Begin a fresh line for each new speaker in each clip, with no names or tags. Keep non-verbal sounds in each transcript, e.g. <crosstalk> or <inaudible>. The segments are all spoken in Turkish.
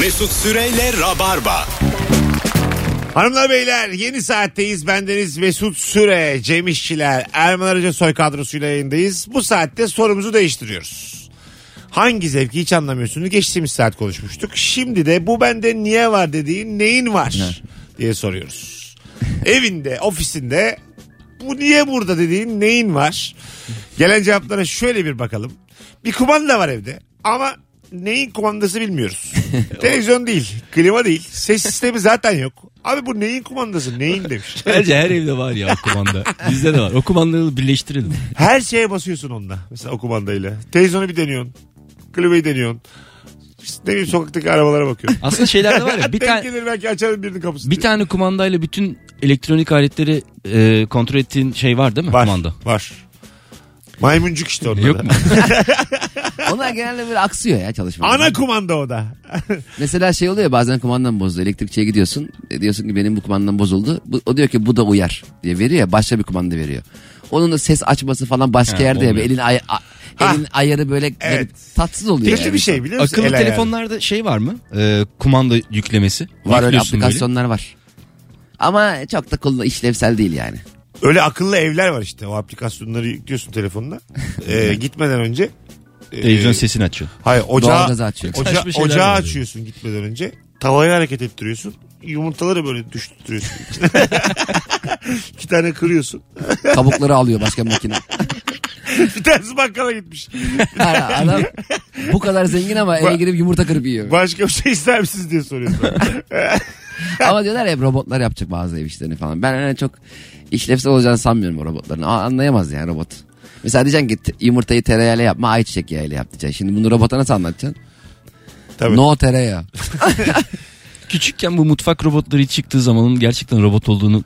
Mesut Süreyle Rabarba.
Hanımlar beyler yeni saatteyiz. Bendeniz Mesut Süre, Cem İşçiler, Erman Arıca soy kadrosuyla yayındayız. Bu saatte sorumuzu değiştiriyoruz. Hangi zevki hiç anlamıyorsunuz? Geçtiğimiz saat konuşmuştuk. Şimdi de bu bende niye var dediğin neyin var diye soruyoruz. Evinde, ofisinde bu niye burada dediğin neyin var? Gelen cevaplara şöyle bir bakalım. Bir kumanda var evde ama neyin kumandası bilmiyoruz. Televizyon değil, klima değil, ses sistemi zaten yok. Abi bu neyin kumandası neyin
<laughs>
demiş.
Bence her evde var ya o kumanda. Bizde de var. O kumandayı birleştirelim.
Her şeye basıyorsun onunla. Mesela o kumandayla. Televizyonu bir deniyorsun. Klimayı deniyorsun. İşte Ne bileyim sokaktaki arabalara bakıyorsun.
Aslında şeyler de var ya.
<laughs>
Bir,
Denk
tane
gelir belki açarım birinin kapısını.
bir tane kumandayla bütün elektronik aletleri e, kontrol ettiğin şey var değil mi?
var,
Kumanda.
var. Maymuncuk işte onda
Yok
da.
mu?
Onlar genelde böyle aksıyor ya çalışma.
Ana kumanda o da.
Mesela şey oluyor ya, bazen kumandan bozdu. Elektrikçiye gidiyorsun. E, diyorsun ki benim bu kumandam bozuldu. Bu, o diyor ki bu da uyar diye veriyor ya başka bir kumanda veriyor. Onun da ses açması falan başka
Ha,
yerde ya.
olmuyor.
Elin, ay- a- elin ayarı böyle garip, tatsız oluyor.
Kötü
yani.
bir şey biliyor musun?
Akıllı
El ayarı.
telefonlarda şey var mı? E, kumanda yüklemesi.
Var öyle
Yüklüyorsun böyle.
aplikasyonlar var. Ama çok da kullan işlevsel değil yani.
Öyle akıllı evler var işte. O aplikasyonları yüklüyorsun telefonuna. Ee, gitmeden önce. e,
Televizyon sesini açıyor.
Hayır ocağı,
Doğalgazı açıyor.
oca-
Saçma şeyler
ocağı
var.
açıyorsun gitmeden önce. Tavayı hareket ettiriyorsun. Yumurtaları böyle düştürüyorsun. İki tane kırıyorsun. <laughs>
Kabukları alıyor başka bir makine.
Bir tanesi bakkala gitmiş.
Ha, adam bu kadar zengin ama eve
Ba-
girip yumurta kırıp yiyor.
Başka bir şey ister misiniz diye soruyor. sana.
Ama diyorlar hep robotlar yapacak bazı ev işlerini falan. Ben öyle çok işlevsel olacağını sanmıyorum o robotların. Aa, anlayamaz yani robot. Mesela diyeceksin ki te- yumurtayı tereyağıyla yapma ayçiçek yağıyla yap diyeceksin. Şimdi bunu robota nasıl anlatacaksın?
Tabii.
No tereyağı.
Küçükken bu mutfak robotları ilk çıktığı zamanın gerçekten robot olduğunu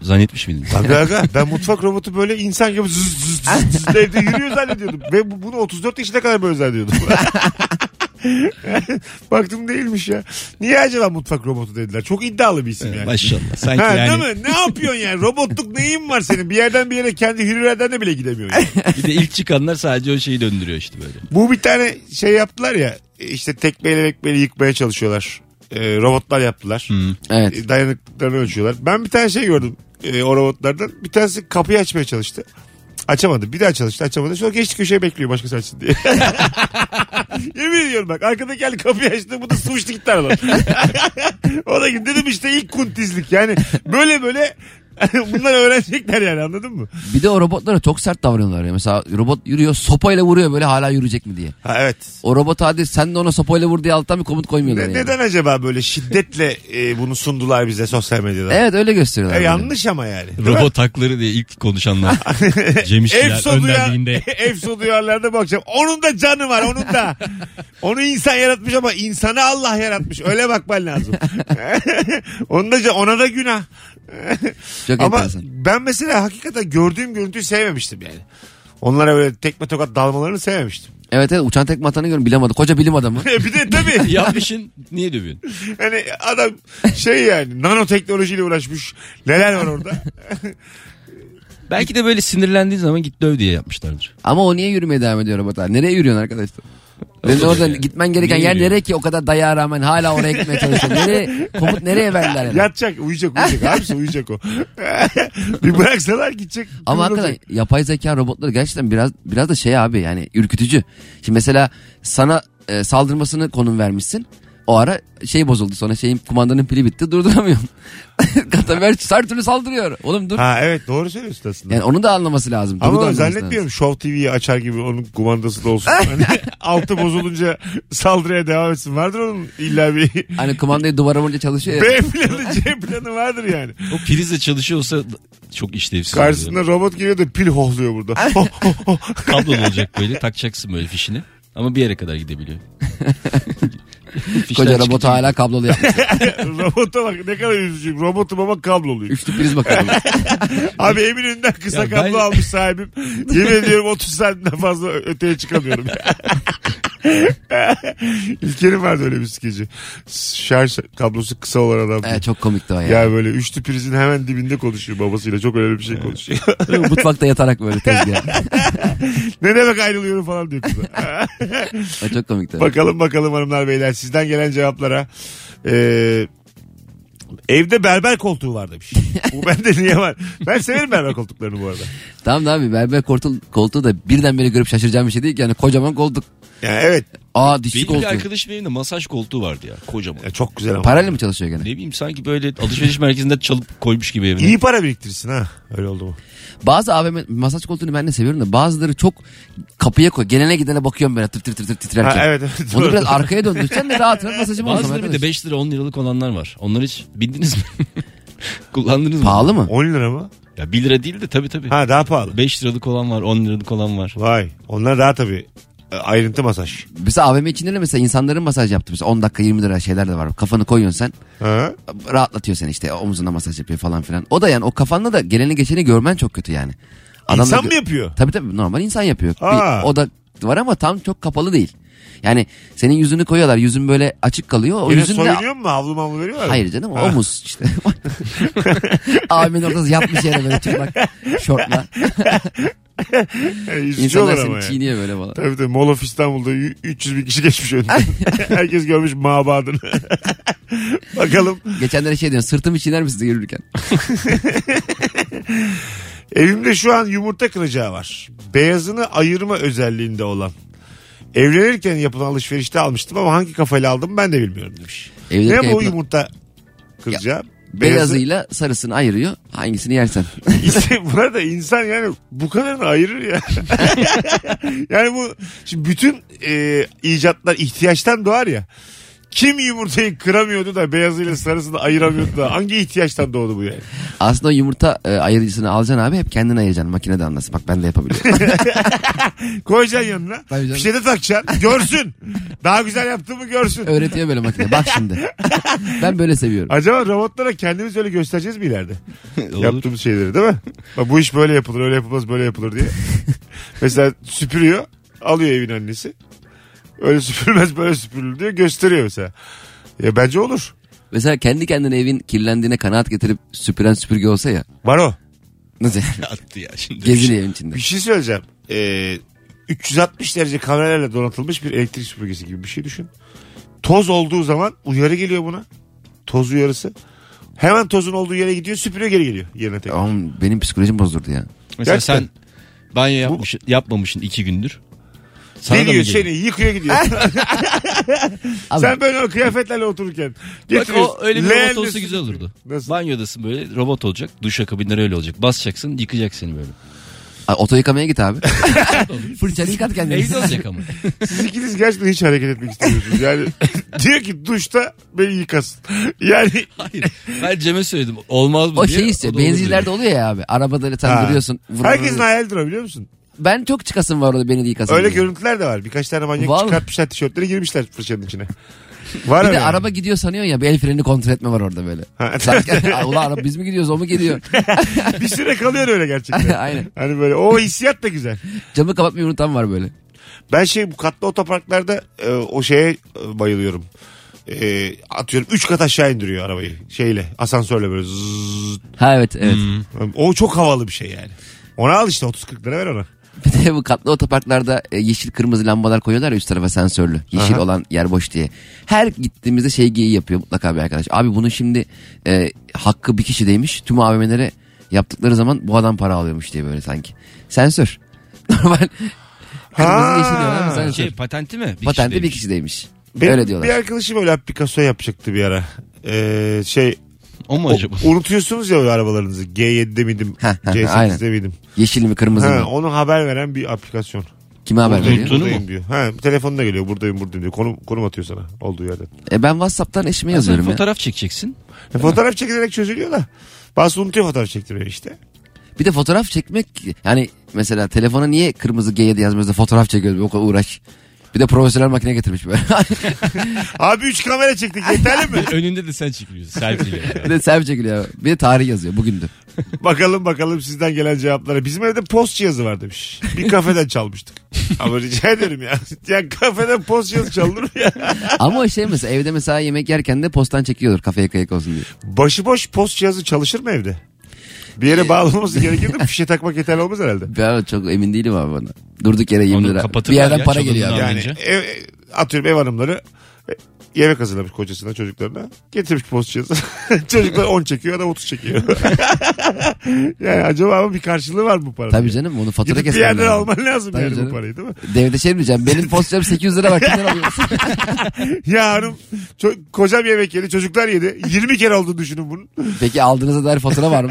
<laughs>
zannetmiş miydin?
Tabii aga, ben mutfak robotu böyle insan gibi zız zız zız zız evde yürüyor zannediyordum. Ve bu- bunu 34 yaşına kadar böyle zannediyordum. <laughs> Baktım değilmiş ya. Niye acaba mutfak robotu dediler? Çok iddialı bir isim yani.
Maşallah. Sanki
Ha,
yani
Değil mi? Ne yapıyorsun yani? Robotluk neyin var senin? Bir yerden bir yere kendi hürriyetten de bile gidemiyorsun. yani.
bir de ilk çıkanlar sadece o şeyi döndürüyor işte böyle.
Bu bir tane şey yaptılar ya. İşte tekmeyle mekmeyle yıkmaya çalışıyorlar. Ee, robotlar yaptılar.
Evet.
E, dayanıklılıklarını ölçüyorlar. Ben bir tane şey gördüm e, o robotlardan. Bir tanesi kapıyı açmaya çalıştı. Açamadı. Bir daha çalıştı açamadı. Sonra geçti köşeye bekliyor başkası açsın diye. <laughs> Yemin ediyorum bak arkadaki el kapıyı açtı bu da sıvıştı gitti aradan. <laughs> o da gitti. dedim işte ilk kuntizlik yani böyle böyle <laughs> bunlar öğrenecekler yani anladın mı?
Bir de o robotlara çok sert davranıyorlar. Ya. Mesela robot yürüyor sopayla vuruyor böyle hala yürüyecek mi diye.
Ha evet.
O robot hadi sen de ona sopayla vur diye alttan bir komut koymuyorlar.
Ne-
yani.
neden acaba böyle şiddetle e, bunu sundular bize sosyal medyada?
Evet öyle
E,
gösteriyorlar. böyle.
yanlış ama yani. Değil mi?
Robot hakları diye
<laughs>
ilk konuşanlar. Cem İşçiler
Efso duyar, <laughs>
önderliğinde.
Efso duyarlarda bu akşam. Onun da canı var onun
<laughs>
da. Onu insan yaratmış ama insanı Allah yaratmış. Öyle bakman lazım. <laughs> onun da, can- ona da günah.
Çok
ama
enteresan.
ben mesela hakikaten gördüğüm görüntüyü sevmemiştim yani. Onlara böyle tekme tokat dalmalarını sevmemiştim. <laughs> E
Evet evet uçan tekme atanı görüyorum bilemedi. Koca bilim adamı.
bir de tabii
Yapmışın niye dövüyorsun?
hani adam şey yani nanoteknolojiyle uğraşmış. Neler var
<laughs>
orada?
Belki de böyle sinirlendiğin zaman git döv diye yapmışlardır.
Ama o niye yürümeye devam ediyor robotlar? Nereye yürüyorsun arkadaşlar? Benim orada
yani.
gitmen gereken
Niye
yer
yürüyor?
nereye ki o kadar dayağa rağmen hala oraya gitmeye çalışıyorsun? nereye, komut nereye verdiler yani?
Yatacak uyuyacak uyuyacak. Abisi uyuyacak o. <laughs> bir bıraksalar gidecek.
Ama
kıvrılacak.
hakikaten yapay zeka robotları gerçekten biraz biraz da şey abi yani ürkütücü. Şimdi mesela sana e, saldırmasını konum vermişsin. O ara şey bozuldu sonra şeyin kumandanın pili bitti durduramıyorum. <laughs> Katamer her türlü saldırıyor. Oğlum dur.
Ha evet doğru söylüyorsun aslında.
Yani onu da anlaması lazım. Duru da
Ama
anlaması
zannetmiyorum Show TV'yi açar gibi onun kumandası da
<laughs>
olsun. Hani altı bozulunca saldırıya devam etsin. Vardır onun illa
<laughs>
bir
lazım. Hani kumandayı duvara vurunca çalışıyor ya.
B planı C planı vardır yani.
O prizle çalışıyorsa çok işlevsiz.
Karşısında robot geliyor da pil hohluyor burada. Oh, Ho, ho, ho.
Kablo olacak böyle takacaksın böyle fişini. Ama bir yere kadar
<laughs>
gidebiliyor. Fişler
Koca
çıkacak.
robot hala
<laughs>
kablolu yapmış.
Robota bak ne kadar üzücü. Robotum ama kabloluyum.
Üçlü priz bakalım.
Abi evin önünden kısa
Ya ben- <laughs>
kablo almış sahibim. Yemin ediyorum 30 saatten fazla öteye çıkamıyorum. İlker'in vardı öyle bir skeci. Şarj kablosu kısa olan adam.
Ee, çok komikti o ya.
Ya böyle üçlü prizin hemen dibinde konuşuyor babasıyla. Çok önemli bir şey konuşuyor. <laughs>
Böyle Mutfakta yatarak böyle tezgah.
ne demek ayrılıyorum falan diyor kıza.
<laughs> O çok komikti.
bakalım bakalım hanımlar beyler sizden gelen cevaplara. Ee, evde berber koltuğu var
<laughs>
demiş. bu bende niye var? Ben severim berber koltuklarını bu arada.
Tamam da abi berber koltuğu, koltuğu da birdenbire görüp şaşıracağım bir şey değil ki. Yani kocaman koltuk.
Yani evet
Aa dişçi
Benim bir
koltuğu.
arkadaşımın evinde masaj koltuğu vardı ya kocaman.
Ya çok güzel ama.
Parayla mı çalışıyor gene?
Ne bileyim sanki böyle alışveriş merkezinde çalıp koymuş gibi evine.
İyi para biriktirsin ha. Öyle oldu mu?
Bazı AVM masaj koltuğunu ben de seviyorum da bazıları çok kapıya koy. Gelene gidene bakıyorum böyle tır tır tır tır
Ha,
titrerken.
evet evet.
Onu
doğru.
biraz arkaya döndürsen de rahat rahat masajımı alsam.
Bazıları bir de
arkadaş.
5 lira 10 liralık olanlar var. Onlar hiç bindiniz mi? <laughs> Kullandınız mı?
Pahalı mı?
10 lira mı?
Ya 1 lira değil de tabii tabii.
Ha daha pahalı.
5 liralık olan var 10 liralık olan var.
Vay. Onlar daha tabii e, ayrıntı masaj.
Mesela AVM içinde de mesela insanların masaj yaptığı mesela 10 dakika 20 lira şeyler de var. Kafanı koyuyorsun sen
Ha?
rahatlatıyor seni işte omzuna masaj yapıyor falan filan. O da yani o kafanla da geleni geçeni görmen çok kötü yani. Adam
İnsan mı yapıyor?
Tabii tabii normal insan yapıyor. Bir
Aa.
o da var ama tam çok kapalı değil. Yani senin yüzünü koyuyorlar yüzün böyle açık kalıyor. O
Yine
yüzün de...
soyunuyor mu? Havlu mavlu veriyorlar mı?
Hayır canım
Ha.
omuz
<laughs>
işte. Abimin ortası yatmış yere böyle çıplak şortla.
E, üzücü
İnsanlar
olur
seni
ama yani.
çiğniyor böyle falan.
Tabii tabii Mall of İstanbul'da y- 300 bin kişi geçmiş önünden. <laughs> Herkes görmüş
<laughs>
mabadını. Bakalım
Geçenlere şey diyorsun sırtımı çiğner misin diye yürürken?
evimde şu an yumurta kıracağı var. Beyazını ayırma özelliğinde olan. Evlenirken yapılan alışverişte almıştım ama hangi kafayla aldım ben de bilmiyorum demiş.
Evlenirken
ne bu
yapılan-
yumurta kıracağı? Beyazı-
Beyazıyla sarısını ayırıyor hangisini yersen.
İşte <laughs> bunlar da insan yani bu kadarını ayırır ya. <laughs> yani bu şimdi bütün e, icatlar ihtiyaçtan doğar ya. Kim yumurtayı kıramıyordu da beyazıyla sarısını ayıramıyordu da hangi ihtiyaçtan doğdu bu yani?
Aslında o yumurta e, ayırıcısını alacaksın abi hep kendin ayıracaksın makinede anlasın. Bak ben de yapabiliyorum.
Koyacaksın yanına.
Tabii canım.
Fişe de takacaksın. Görsün. Daha güzel yaptığımı görsün.
<laughs> Öğretiyor böyle makine bak <laughs> şimdi. ben böyle seviyorum.
Acaba robotlara kendimiz öyle göstereceğiz mi ileride?
<laughs> Olur.
Yaptığımız şeyleri değil mi? Bak bu iş böyle yapılır, öyle yapılmaz, böyle yapılır
<laughs>
diye. mesela süpürüyor, alıyor evin annesi. Öyle süpürmez, böyle süpürülür diyor, gösteriyor mesela. Ya bence olur.
Mesela kendi kendine evin kirlendiğine kanaat getirip süpüren süpürge olsa ya.
Var o.
Nasıl <laughs> yani?
Attı ya şimdi.
Geziniyor evin içinde.
Bir şey söyleyeceğim. Ee, 360 derece kameralarla donatılmış bir elektrik süpürgesi gibi bir şey düşün. Toz olduğu zaman uyarı geliyor buna. Toz uyarısı. Hemen tozun olduğu yere gidiyor, süpürüyor geri geliyor yerine tekrar.
Ama benim psikolojim bozuldu ya.
Mesela
Gerçekten.
sen banyo yapmış, yapmamışsın 2 gündür. Sana da mı
Geliyor
geliyor?
seni yıkıyor gidiyor.
<laughs>
Abi,
Sen böyle o kıyafetlerle otururken
Bak
getiriyorsun.
o öyle bir
Leğenle
robot olsa
su-
güzel olurdu.
Nasıl?
Banyodasın böyle robot olacak. Duş akabinleri öyle olacak. Basacaksın yıkayacak seni böyle.
Ay, Oto yıkamaya
<laughs>
git abi. Fırçanı yıkat
Evde
kendini.
olacak ama.
Siz ikiniz gerçekten hiç hareket etmek istemiyorsunuz. Yani diyor ki duşta beni yıkasın. Yani
Hayır. Ben Cem'e söyledim. Olmaz mı
<laughs> o
diye.
şey işte
O da olur
benzinlerde
dedi.
oluyor ya abi. Arabada sen
Ha.
duruyorsun. vurur
herkesin
vurur.
hayalidir o biliyor musun?
Ben çok çıkasım var orada beni de yıkasın.
Öyle
diye.
görüntüler de var. Birkaç tane manyak
Vallahi.
çıkartmışlar tişörtleri girmişler fırçanın içine. Var
Bir
öyle
de
yani.
araba gidiyor sanıyorsun ya bir el freni kontrol etme var orada böyle.
Ha.
Sanki, "Aa, <laughs> ulan araba biz mi gidiyoruz o
<laughs>
mu gidiyor?
<laughs> bir süre kalıyor öyle gerçekten.
Aynen.
Hani böyle o hissiyat da güzel.
Camı kapatmayı unutan var böyle.
Ben şey bu katlı otoparklarda e, o şeye e, bayılıyorum. E, atıyorum 3 kat aşağı indiriyor arabayı şeyle asansörle böyle zzzz.
Ha evet evet.
Hmm. O çok havalı bir şey yani. Ona al işte 30-40 lira ver ona.
Bir de bu katlı otoparklarda e, yeşil kırmızı lambalar koyuyorlar ya üst tarafa sensörlü. Yeşil
Aha.
olan yer boş diye. Her gittiğimizde şey geyiği yapıyor mutlaka bir arkadaş. Abi bunun şimdi e, hakkı bir kişideymiş. Tüm AVM'lere yaptıkları zaman bu adam para alıyormuş diye böyle sanki. Sensör. <laughs> Normal. Kırmızı yeşil diyorlar ama sensör.
Şey patenti mi? Bir
Patente
kişi
bir
değil.
kişideymiş.
Benim
Öyle diyorlar.
Bir arkadaşım öyle Picasso yapacaktı bir ara. Ee, şey
O mu
o-
acaba?
unutuyorsunuz ya öyle arabalarınızı. G7'de miydim?
Ha, ha,
C8'de
aynen.
miydim?
Yeşil mi kırmızı
Ha,
mı?
onu haber veren bir aplikasyon.
Kime haber
Buldum.
veriyor?
Buldum. Unuttun mu?
buradayım diyor. Ha, telefonuna geliyor buradayım buradayım diyor. Konum, konum atıyor sana olduğu yerden.
E ben Whatsapp'tan eşime
Sen
yazıyorum ya.
fotoğraf
<laughs>
çekeceksin.
E, fotoğraf çekilerek çözülüyor da. Bazı unutuyor fotoğraf çektirmeyi işte.
Bir de fotoğraf çekmek yani mesela telefona niye kırmızı G7 yazmıyoruz da fotoğraf çekiyoruz o kadar uğraş. Bir de profesyonel makine getirmiş böyle. <laughs>
Abi 3 kamera çektik yeterli mi?
Önünde de sen çekiliyorsun.
<laughs>
Selfie
<laughs>
bir de selfie çekiliyor. Bir de tarih yazıyor bugündü.
bakalım bakalım sizden gelen cevaplara. Bizim evde post cihazı var demiş.
<laughs>
Bir kafeden çalmıştık. Ama rica ederim ya. Ya kafeden post cihazı çalınır mı ya?
Ama o şey mesela evde mesela yemek yerken de postan çekiyordur kafaya kayık olsun diye.
Başıboş post cihazı çalışır mı evde? Bir
Ee,
yere
<laughs>
bağlanması gerekir de fişe takmak yeterli olmaz herhalde.
Ben çok emin değilim abi bana. Durduk yere 20
Onu
lira. Bir
kapatırlar
yerden
ya,
para
çalındı
geliyor abi.
abi.
Yani
Alınca.
ev, atıyorum ev hanımları e, yemek hazırlamış kocasına çocuklarına. Getirmiş post cihazı. <laughs> Çocuklar 10 çekiyor adam 30 çekiyor. <laughs> yani acaba ama bir karşılığı var mı bu paranın?
Tabii canım onu fatura
Gidip bir
keserler.
yerden alman lazım
Tabii
yani bu
canım.
parayı değil mi?
Devde şey mi
<laughs>
diyeceğim benim postam 800 lira var kimden alıyorsun?
Ya hanım ço- kocam yemek yedi çocuklar yedi. 20 kere oldu düşünün bunun.
Peki aldığınıza dair fatura var mı?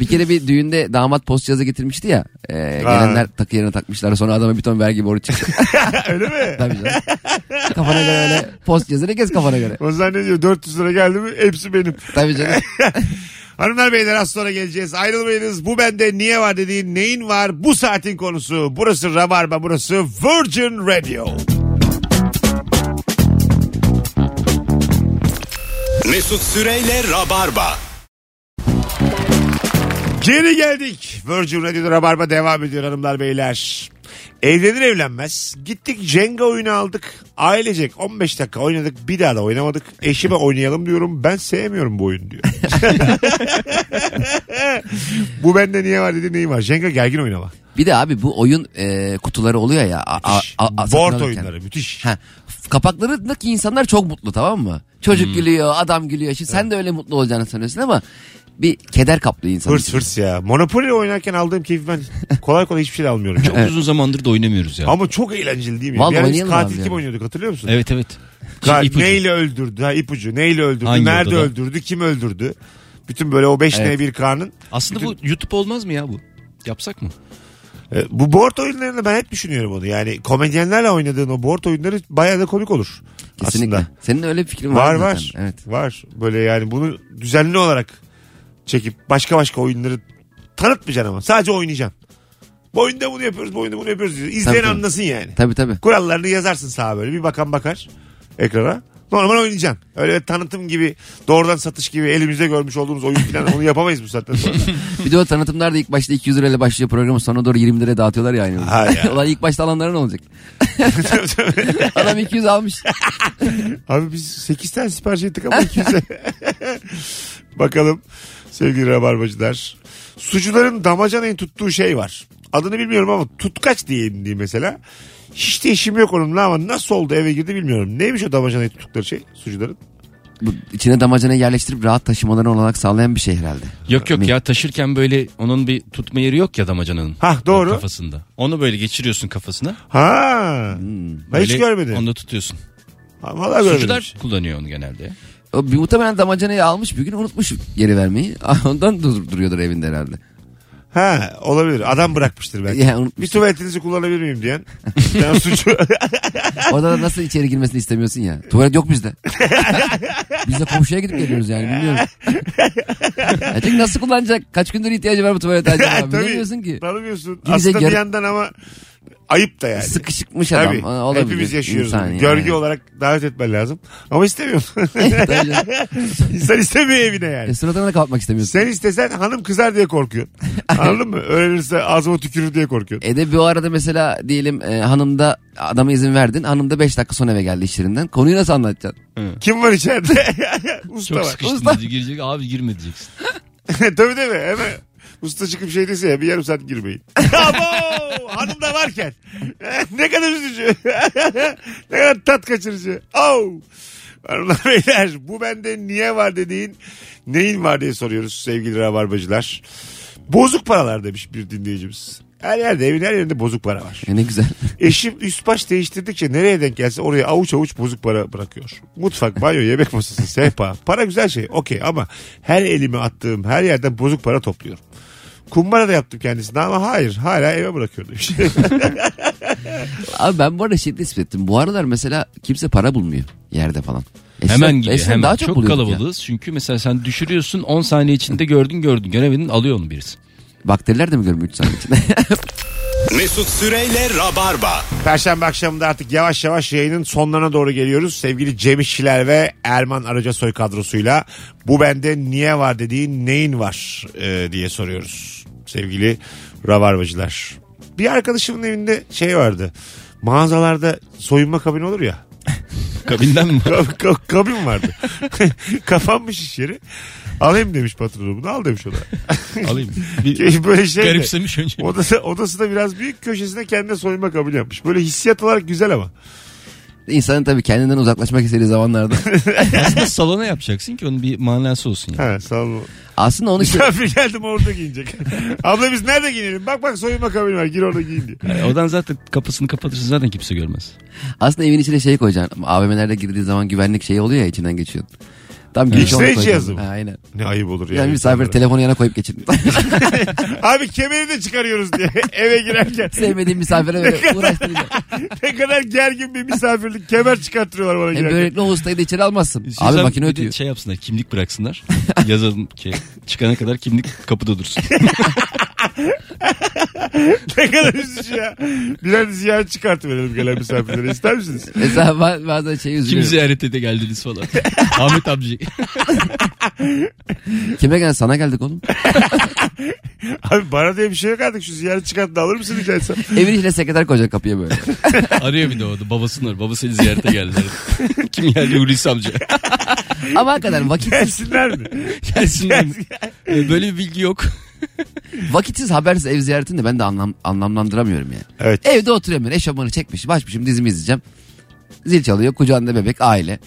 bir kere bir düğünde damat post cihazı getirmişti ya. Ee, gelenler takı yerine takmışlar sonra adama bir ton vergi borcu çıktı.
Öyle mi?
Tabii canım. Kafana göre öyle post cihazını kes kafana göre.
O zannediyor 400 lira geldi mi hepsi benim.
Tabii canım.
Hanımlar beyler az sonra geleceğiz. Ayrılmayınız. Bu bende niye var dediğin neyin var? Bu saatin konusu. Burası Rabarba burası Virgin Radio.
Mesut Süreyle Rabarba.
Geri geldik. Virgin Radio'da Rabarba devam ediyor hanımlar beyler. Evlenir evlenmez. Gittik Jenga oyunu aldık. Ailecek 15 dakika oynadık. Bir daha da oynamadık. Eşime oynayalım diyorum. Ben sevmiyorum bu oyunu diyor. <laughs> bu bende niye var dedi neyi var. Jenga gergin oynama.
Bir de abi bu oyun e, kutuları oluyor ya. a- a- a- a- satın
Board
alırken.
oyunları müthiş.
Ha, f- kapaklarındaki insanlar çok mutlu tamam mı? Çocuk
Hmm.
gülüyor, adam gülüyor. Şimdi sen de öyle mutlu olacağını sanıyorsun ama bir keder kaplıyor insan.
Hırs hırs ya. Monopoly oynarken aldığım keyfi ben kolay kolay hiçbir şey de
<laughs>
almıyorum.
Çok uzun zamandır da oynamıyoruz ya.
Ama çok eğlenceli değil mi?
Vallahi
bir ara biz katil
oynayalım
kim
abi yani.
oynuyorduk hatırlıyor musun?
Evet evet.
Ka-
Şey,
Şimdi ipucu.
Neyle öldürdü? Ha ipucu. Neyle öldürdü?
Hangi
nerede
odada?
öldürdü? Kim öldürdü? Bütün böyle o 5
Evet.
N1 K'nın.
Aslında bu YouTube olmaz mı ya bu? Yapsak mı?
E, bu board oyunlarında ben hep düşünüyorum onu. Yani komedyenlerle oynadığın o board oyunları bayağı da komik olur.
Kesinlikle.
Aslında.
Senin öyle bir fikrin var
Var
mı
var.
zaten? Evet.
Var. Böyle yani bunu düzenli olarak çekip başka başka oyunları tanıtmayacaksın ama. Sadece oynayacaksın. Bu oyunda bunu yapıyoruz, bu oyunda bunu yapıyoruz. diye. İzleyen
Tabii, tabii.
anlasın yani.
Tabii tabii.
Kurallarını yazarsın sağa böyle. Bir bakan bakar ekrana. Normal oynayacaksın. Öyle tanıtım gibi doğrudan satış gibi elimizde görmüş olduğunuz oyun falan onu yapamayız bu saatten sonra.
Bir de o tanıtımlarda ilk başta 200 lirayla başlıyor programı sonra doğru 20 liraya dağıtıyorlar ya aynı.
Ha ya.
<laughs> Ulan ilk başta alanlara
<laughs>
ne olacak? <laughs> Adam 200 almış.
<laughs> Abi biz 8 tane sipariş ettik ama 200'e. <laughs> Bakalım sevgili rabarbacılar. Sucuların damacanayı tuttuğu şey var. Adını bilmiyorum ama tutkaç diye yenildiği mesela. Hiç de işim yok onunla ama nasıl oldu eve girdi bilmiyorum. Neymiş o damacanayı tuttukları şey sucuların?
Bu içine damacana yerleştirip rahat taşımalarına olanak sağlayan bir şey herhalde.
Yok yok ya taşırken böyle onun bir tutma yeri yok ya damacananın.
Hah, doğru.
Kafasında. Onu böyle geçiriyorsun kafasına.
Ha. Ben hiç
Hmm, Böyle
görmedim.
Onu da tutuyorsun.
Ha, Vallahi görmedim.
Sucular kullanıyor onu genelde.
O bir muhtemelen damacanayı almış bir gün unutmuş geri vermeyi. Ah, Ondan dur- duruyordur evinde herhalde.
Ha olabilir. Adam bırakmıştır belki.
<laughs> Yani
Bir
unutmuş.
tuvaletinizi kullanabilir miyim diyen. Ben
<laughs>
suçu.
Orada da nasıl içeri girmesini istemiyorsun ya. Tuvalet
<laughs>
yok bizde. Biz de komşuya gidip geliyoruz yani bilmiyorum. Ya çünkü nasıl kullanacak? Kaç gündür ihtiyacı var bu tuvalete
<laughs>
acaba?
Tabii.
Bilemiyorsun ki.
Tanımıyorsun.
Bize
Aslında bir
yar-
yandan ama ayıp da yani.
Sıkışıkmış adam.
Tabii.
Ha, Olabilir.
Hepimiz yaşıyoruz.
İnsan
bunu.
yani.
Görgü olarak davet etmen lazım. Ama istemiyorsun.
<laughs> Tabii canım.
<laughs> İnsan istemiyor evine
E,
yani.
suratına da kalkmak istemiyorsun.
Sen istesen hanım kızar diye
<laughs>
korkuyorsun. Anladın mı? Öğrenirse ağzıma tükürür diye korkuyorsun.
E de bu arada mesela diyelim e, hanımda adama izin verdin. Hanım da 5 dakika sonra eve geldi işlerinden. Konuyu nasıl anlatacaksın?
Kim var içeride? <laughs> Usta
Çok
var.
sıkıştın
Usta.
dedi, girecek abi girme diyeceksin.
<laughs> tabii tabii. Hemen usta çıkıp şey dese ya bir yarım saat girmeyin. <laughs> Abo! Hanım da varken. <laughs> ne kadar üzücü. <laughs> ne kadar tat kaçırıcı. Oh! Hanımlar beyler bu bende niye var dediğin neyin var diye soruyoruz sevgili rabarbacılar. Bozuk paralar demiş bir dinleyicimiz. Her yerde evin her yerinde bozuk para var.
E, ne güzel.
Eşim üst baş değiştirdikçe nereye denk gelse oraya avuç avuç bozuk para bırakıyor. Mutfak, banyo, yemek masası, <laughs> sehpa. Para güzel şey okey ama her elimi attığım her yerden bozuk para topluyorum. Kumbara da yaptım kendisine ama hayır hala eve bırakıyordu.
<laughs> Abi ben bu arada şey tespit ettim. Bu aralar mesela kimse para bulmuyor yerde falan. E Eskiden-
Hemen gidiyor.
eskiden
Hemen.
Daha çok,
e, çok
buluyorduk ya.
kalabalığız. Çünkü mesela sen düşürüyorsun 10 saniye içinde gördün gördün. Göremedin alıyor onu birisi.
Bakteriler de mi görmüyor 3 saniye içinde? <laughs>
Mesut Süreyle Rabarba.
Perşembe akşamında artık yavaş yavaş yayının sonlarına doğru geliyoruz. Sevgili Cem İşçiler ve Erman Aracasoy kadrosuyla bu bende niye var dediğin neyin var e, diye soruyoruz. Sevgili Rabarbacılar. Bir arkadaşımın evinde şey vardı. Mağazalarda soyunma kabini olur ya. <laughs>
Kabinden mi?
Ka- ka- kabin vardı. <laughs> Kapanmış iş yeri. Alayım demiş patronu bunu al demiş ona.
<laughs> Alayım. Bir
Böyle şey de-
garipsemiş önce.
Odası, odası da biraz büyük köşesine kendine soyunma kabini yapmış. Böyle hissiyat olarak güzel ama.
İnsanın tabii kendinden uzaklaşmak istediği zamanlarda.
Aslında salona yapacaksın ki onun bir manası olsun yani.
Ha, sağ ol.
Aslında onu şey-
Misafir geldim orada
<laughs>
giyinecek. Abla biz nerede giyinelim? Bak bak soyunma kabini var. Gir orada giyin diye.
Yani odan zaten kapısını kapatırsın zaten kimse görmez.
aslında evin içine şey koyacaksın. AVM'lerde girdiği zaman güvenlik şeyi oluyor ya içinden geçiyorsun. Tam giriş
X-ray
ona koyacaksın.
cihazı mı?
Ha, Aynen.
Ne ayıp olur ya.
Yani misafir
insanlara.
telefonu yana koyup geçin.
Abi kemeri de çıkarıyoruz diye eve girerken.
<laughs> Sevmediğim misafire böyle uğraştıracak.
ne kadar gergin bir misafirlik. Kemer çıkartıyorlar bana
Hem
girerken.
börekli o ustayı da içeri almazsın.
İstiyorsan
Abi makine
bir de
ötüyor.
Şey yapsınlar kimlik bıraksınlar. <laughs> Yazalım ki çıkana kadar kimlik kapıda dursun.
<laughs> ne kadar üzücü ya. Birer ziyaret çıkartıverelim gelen misafirlere. İster misiniz?
<laughs> Mesela E ba- bazen şey
Kim
üzülüyorum.
ziyarete de geldiniz <laughs> falan. Ahmet amca.
Kime gel sana
<laughs>
geldik oğlum.
Abi bana diye bir şey yok artık. Şu ziyaret çıkartını alır mısın rica
<laughs>
etsem?
Evin içine sekreter koyacak
<laughs>
kapıya böyle.
Arıyor bir de orada babasını arıyor. Baba seni ziyarete geldi. Hani Kim geldi Hulusi <laughs> amca.
Ama hakikaten vakitsiz,
Gelsinler mi?
Gelsinler. Ee, Böyle bir bilgi yok.
vakitsiz habersiz ev ziyaretini de ben de anlam, anlamlandıramıyorum yani.
Evet.
Evde oturuyorum ben eşofmanı çekmiş başmışım dizimi izleyeceğim. Zil çalıyor kucağında bebek aile.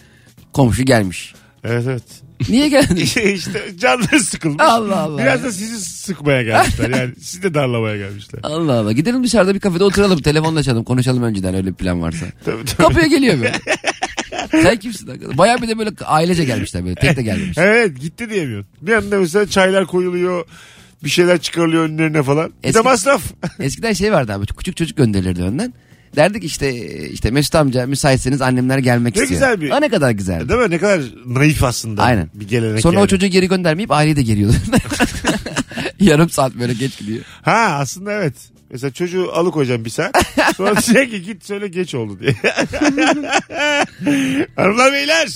Komşu gelmiş.
Evet evet.
<laughs>
Niye geldin?
işte canları sıkılmış.
Allah Allah.
Biraz da sizi sıkmaya gelmişler. Yani sizi de darlamaya
<laughs>
gelmişler.
Allah Allah gidelim dışarıda bir kafede oturalım telefonlaşalım konuşalım önceden öyle bir plan varsa.
Tabii, tabii.
Kapıya
<laughs>
geliyor böyle. Sen kimsin? arkadaş? Bayağı bir de böyle ailece gelmişler böyle tek de gelmemiş.
Evet gitti diyemiyorsun. Bir anda mesela çaylar koyuluyor. Bir şeyler çıkarılıyor önlerine falan. Bir de
Eski-
masraf. <laughs>
Eskiden şey vardı abi küçük çocuk gönderilirdi önden. Derdik işte işte Mesut amca müsaitseniz annemler gelmek
Ne
istiyor.
güzel bir-
Aa, ne kadar güzel.
Değil mi? Ne kadar naif aslında.
Aynen.
Bir gelenek.
Sonra
yani.
o çocuğu geri göndermeyip aileyi de geriyordu. <laughs> Yarım saat böyle geç gidiyor.
Ha aslında evet. Mesela çocuğu alıkoyacağım bir saat. Sonra <laughs> diyecek ki git söyle geç oldu diye. <laughs> Hanımlar beyler.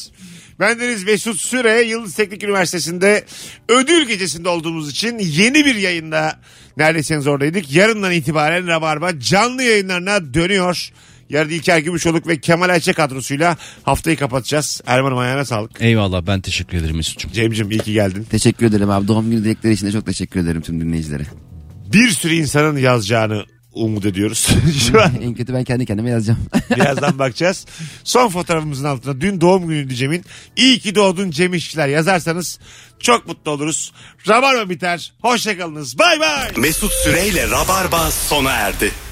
Bendeniz Mesut Süre Yıldız Teknik Üniversitesi'nde ödül gecesinde olduğumuz için yeni bir yayında neredesiniz oradaydık. Yarından itibaren Rabarba canlı yayınlarına dönüyor. Yarın İlker Gümüşoluk ve Kemal Ayça kadrosuyla haftayı kapatacağız. Erman'ım ayağına sağlık.
Eyvallah ben teşekkür ederim Mesut'cum.
Cem'cim iyi ki geldin.
Teşekkür ederim abi. Doğum günü dilekleri için de çok teşekkür ederim
<laughs>
tüm dinleyicilere.
Bir sürü insanın yazacağını umut ediyoruz. <laughs> Şu an
en kötü ben kendi kendime yazacağım. <laughs>
Birazdan bakacağız. Son fotoğrafımızın altına dün doğum günüydü Cem'in. İyi ki doğdun Cem İşçiler yazarsanız çok mutlu oluruz. Rabarba biter. Hoşçakalınız. Bay bay.
Mesut Süreyle Rabarba sona erdi.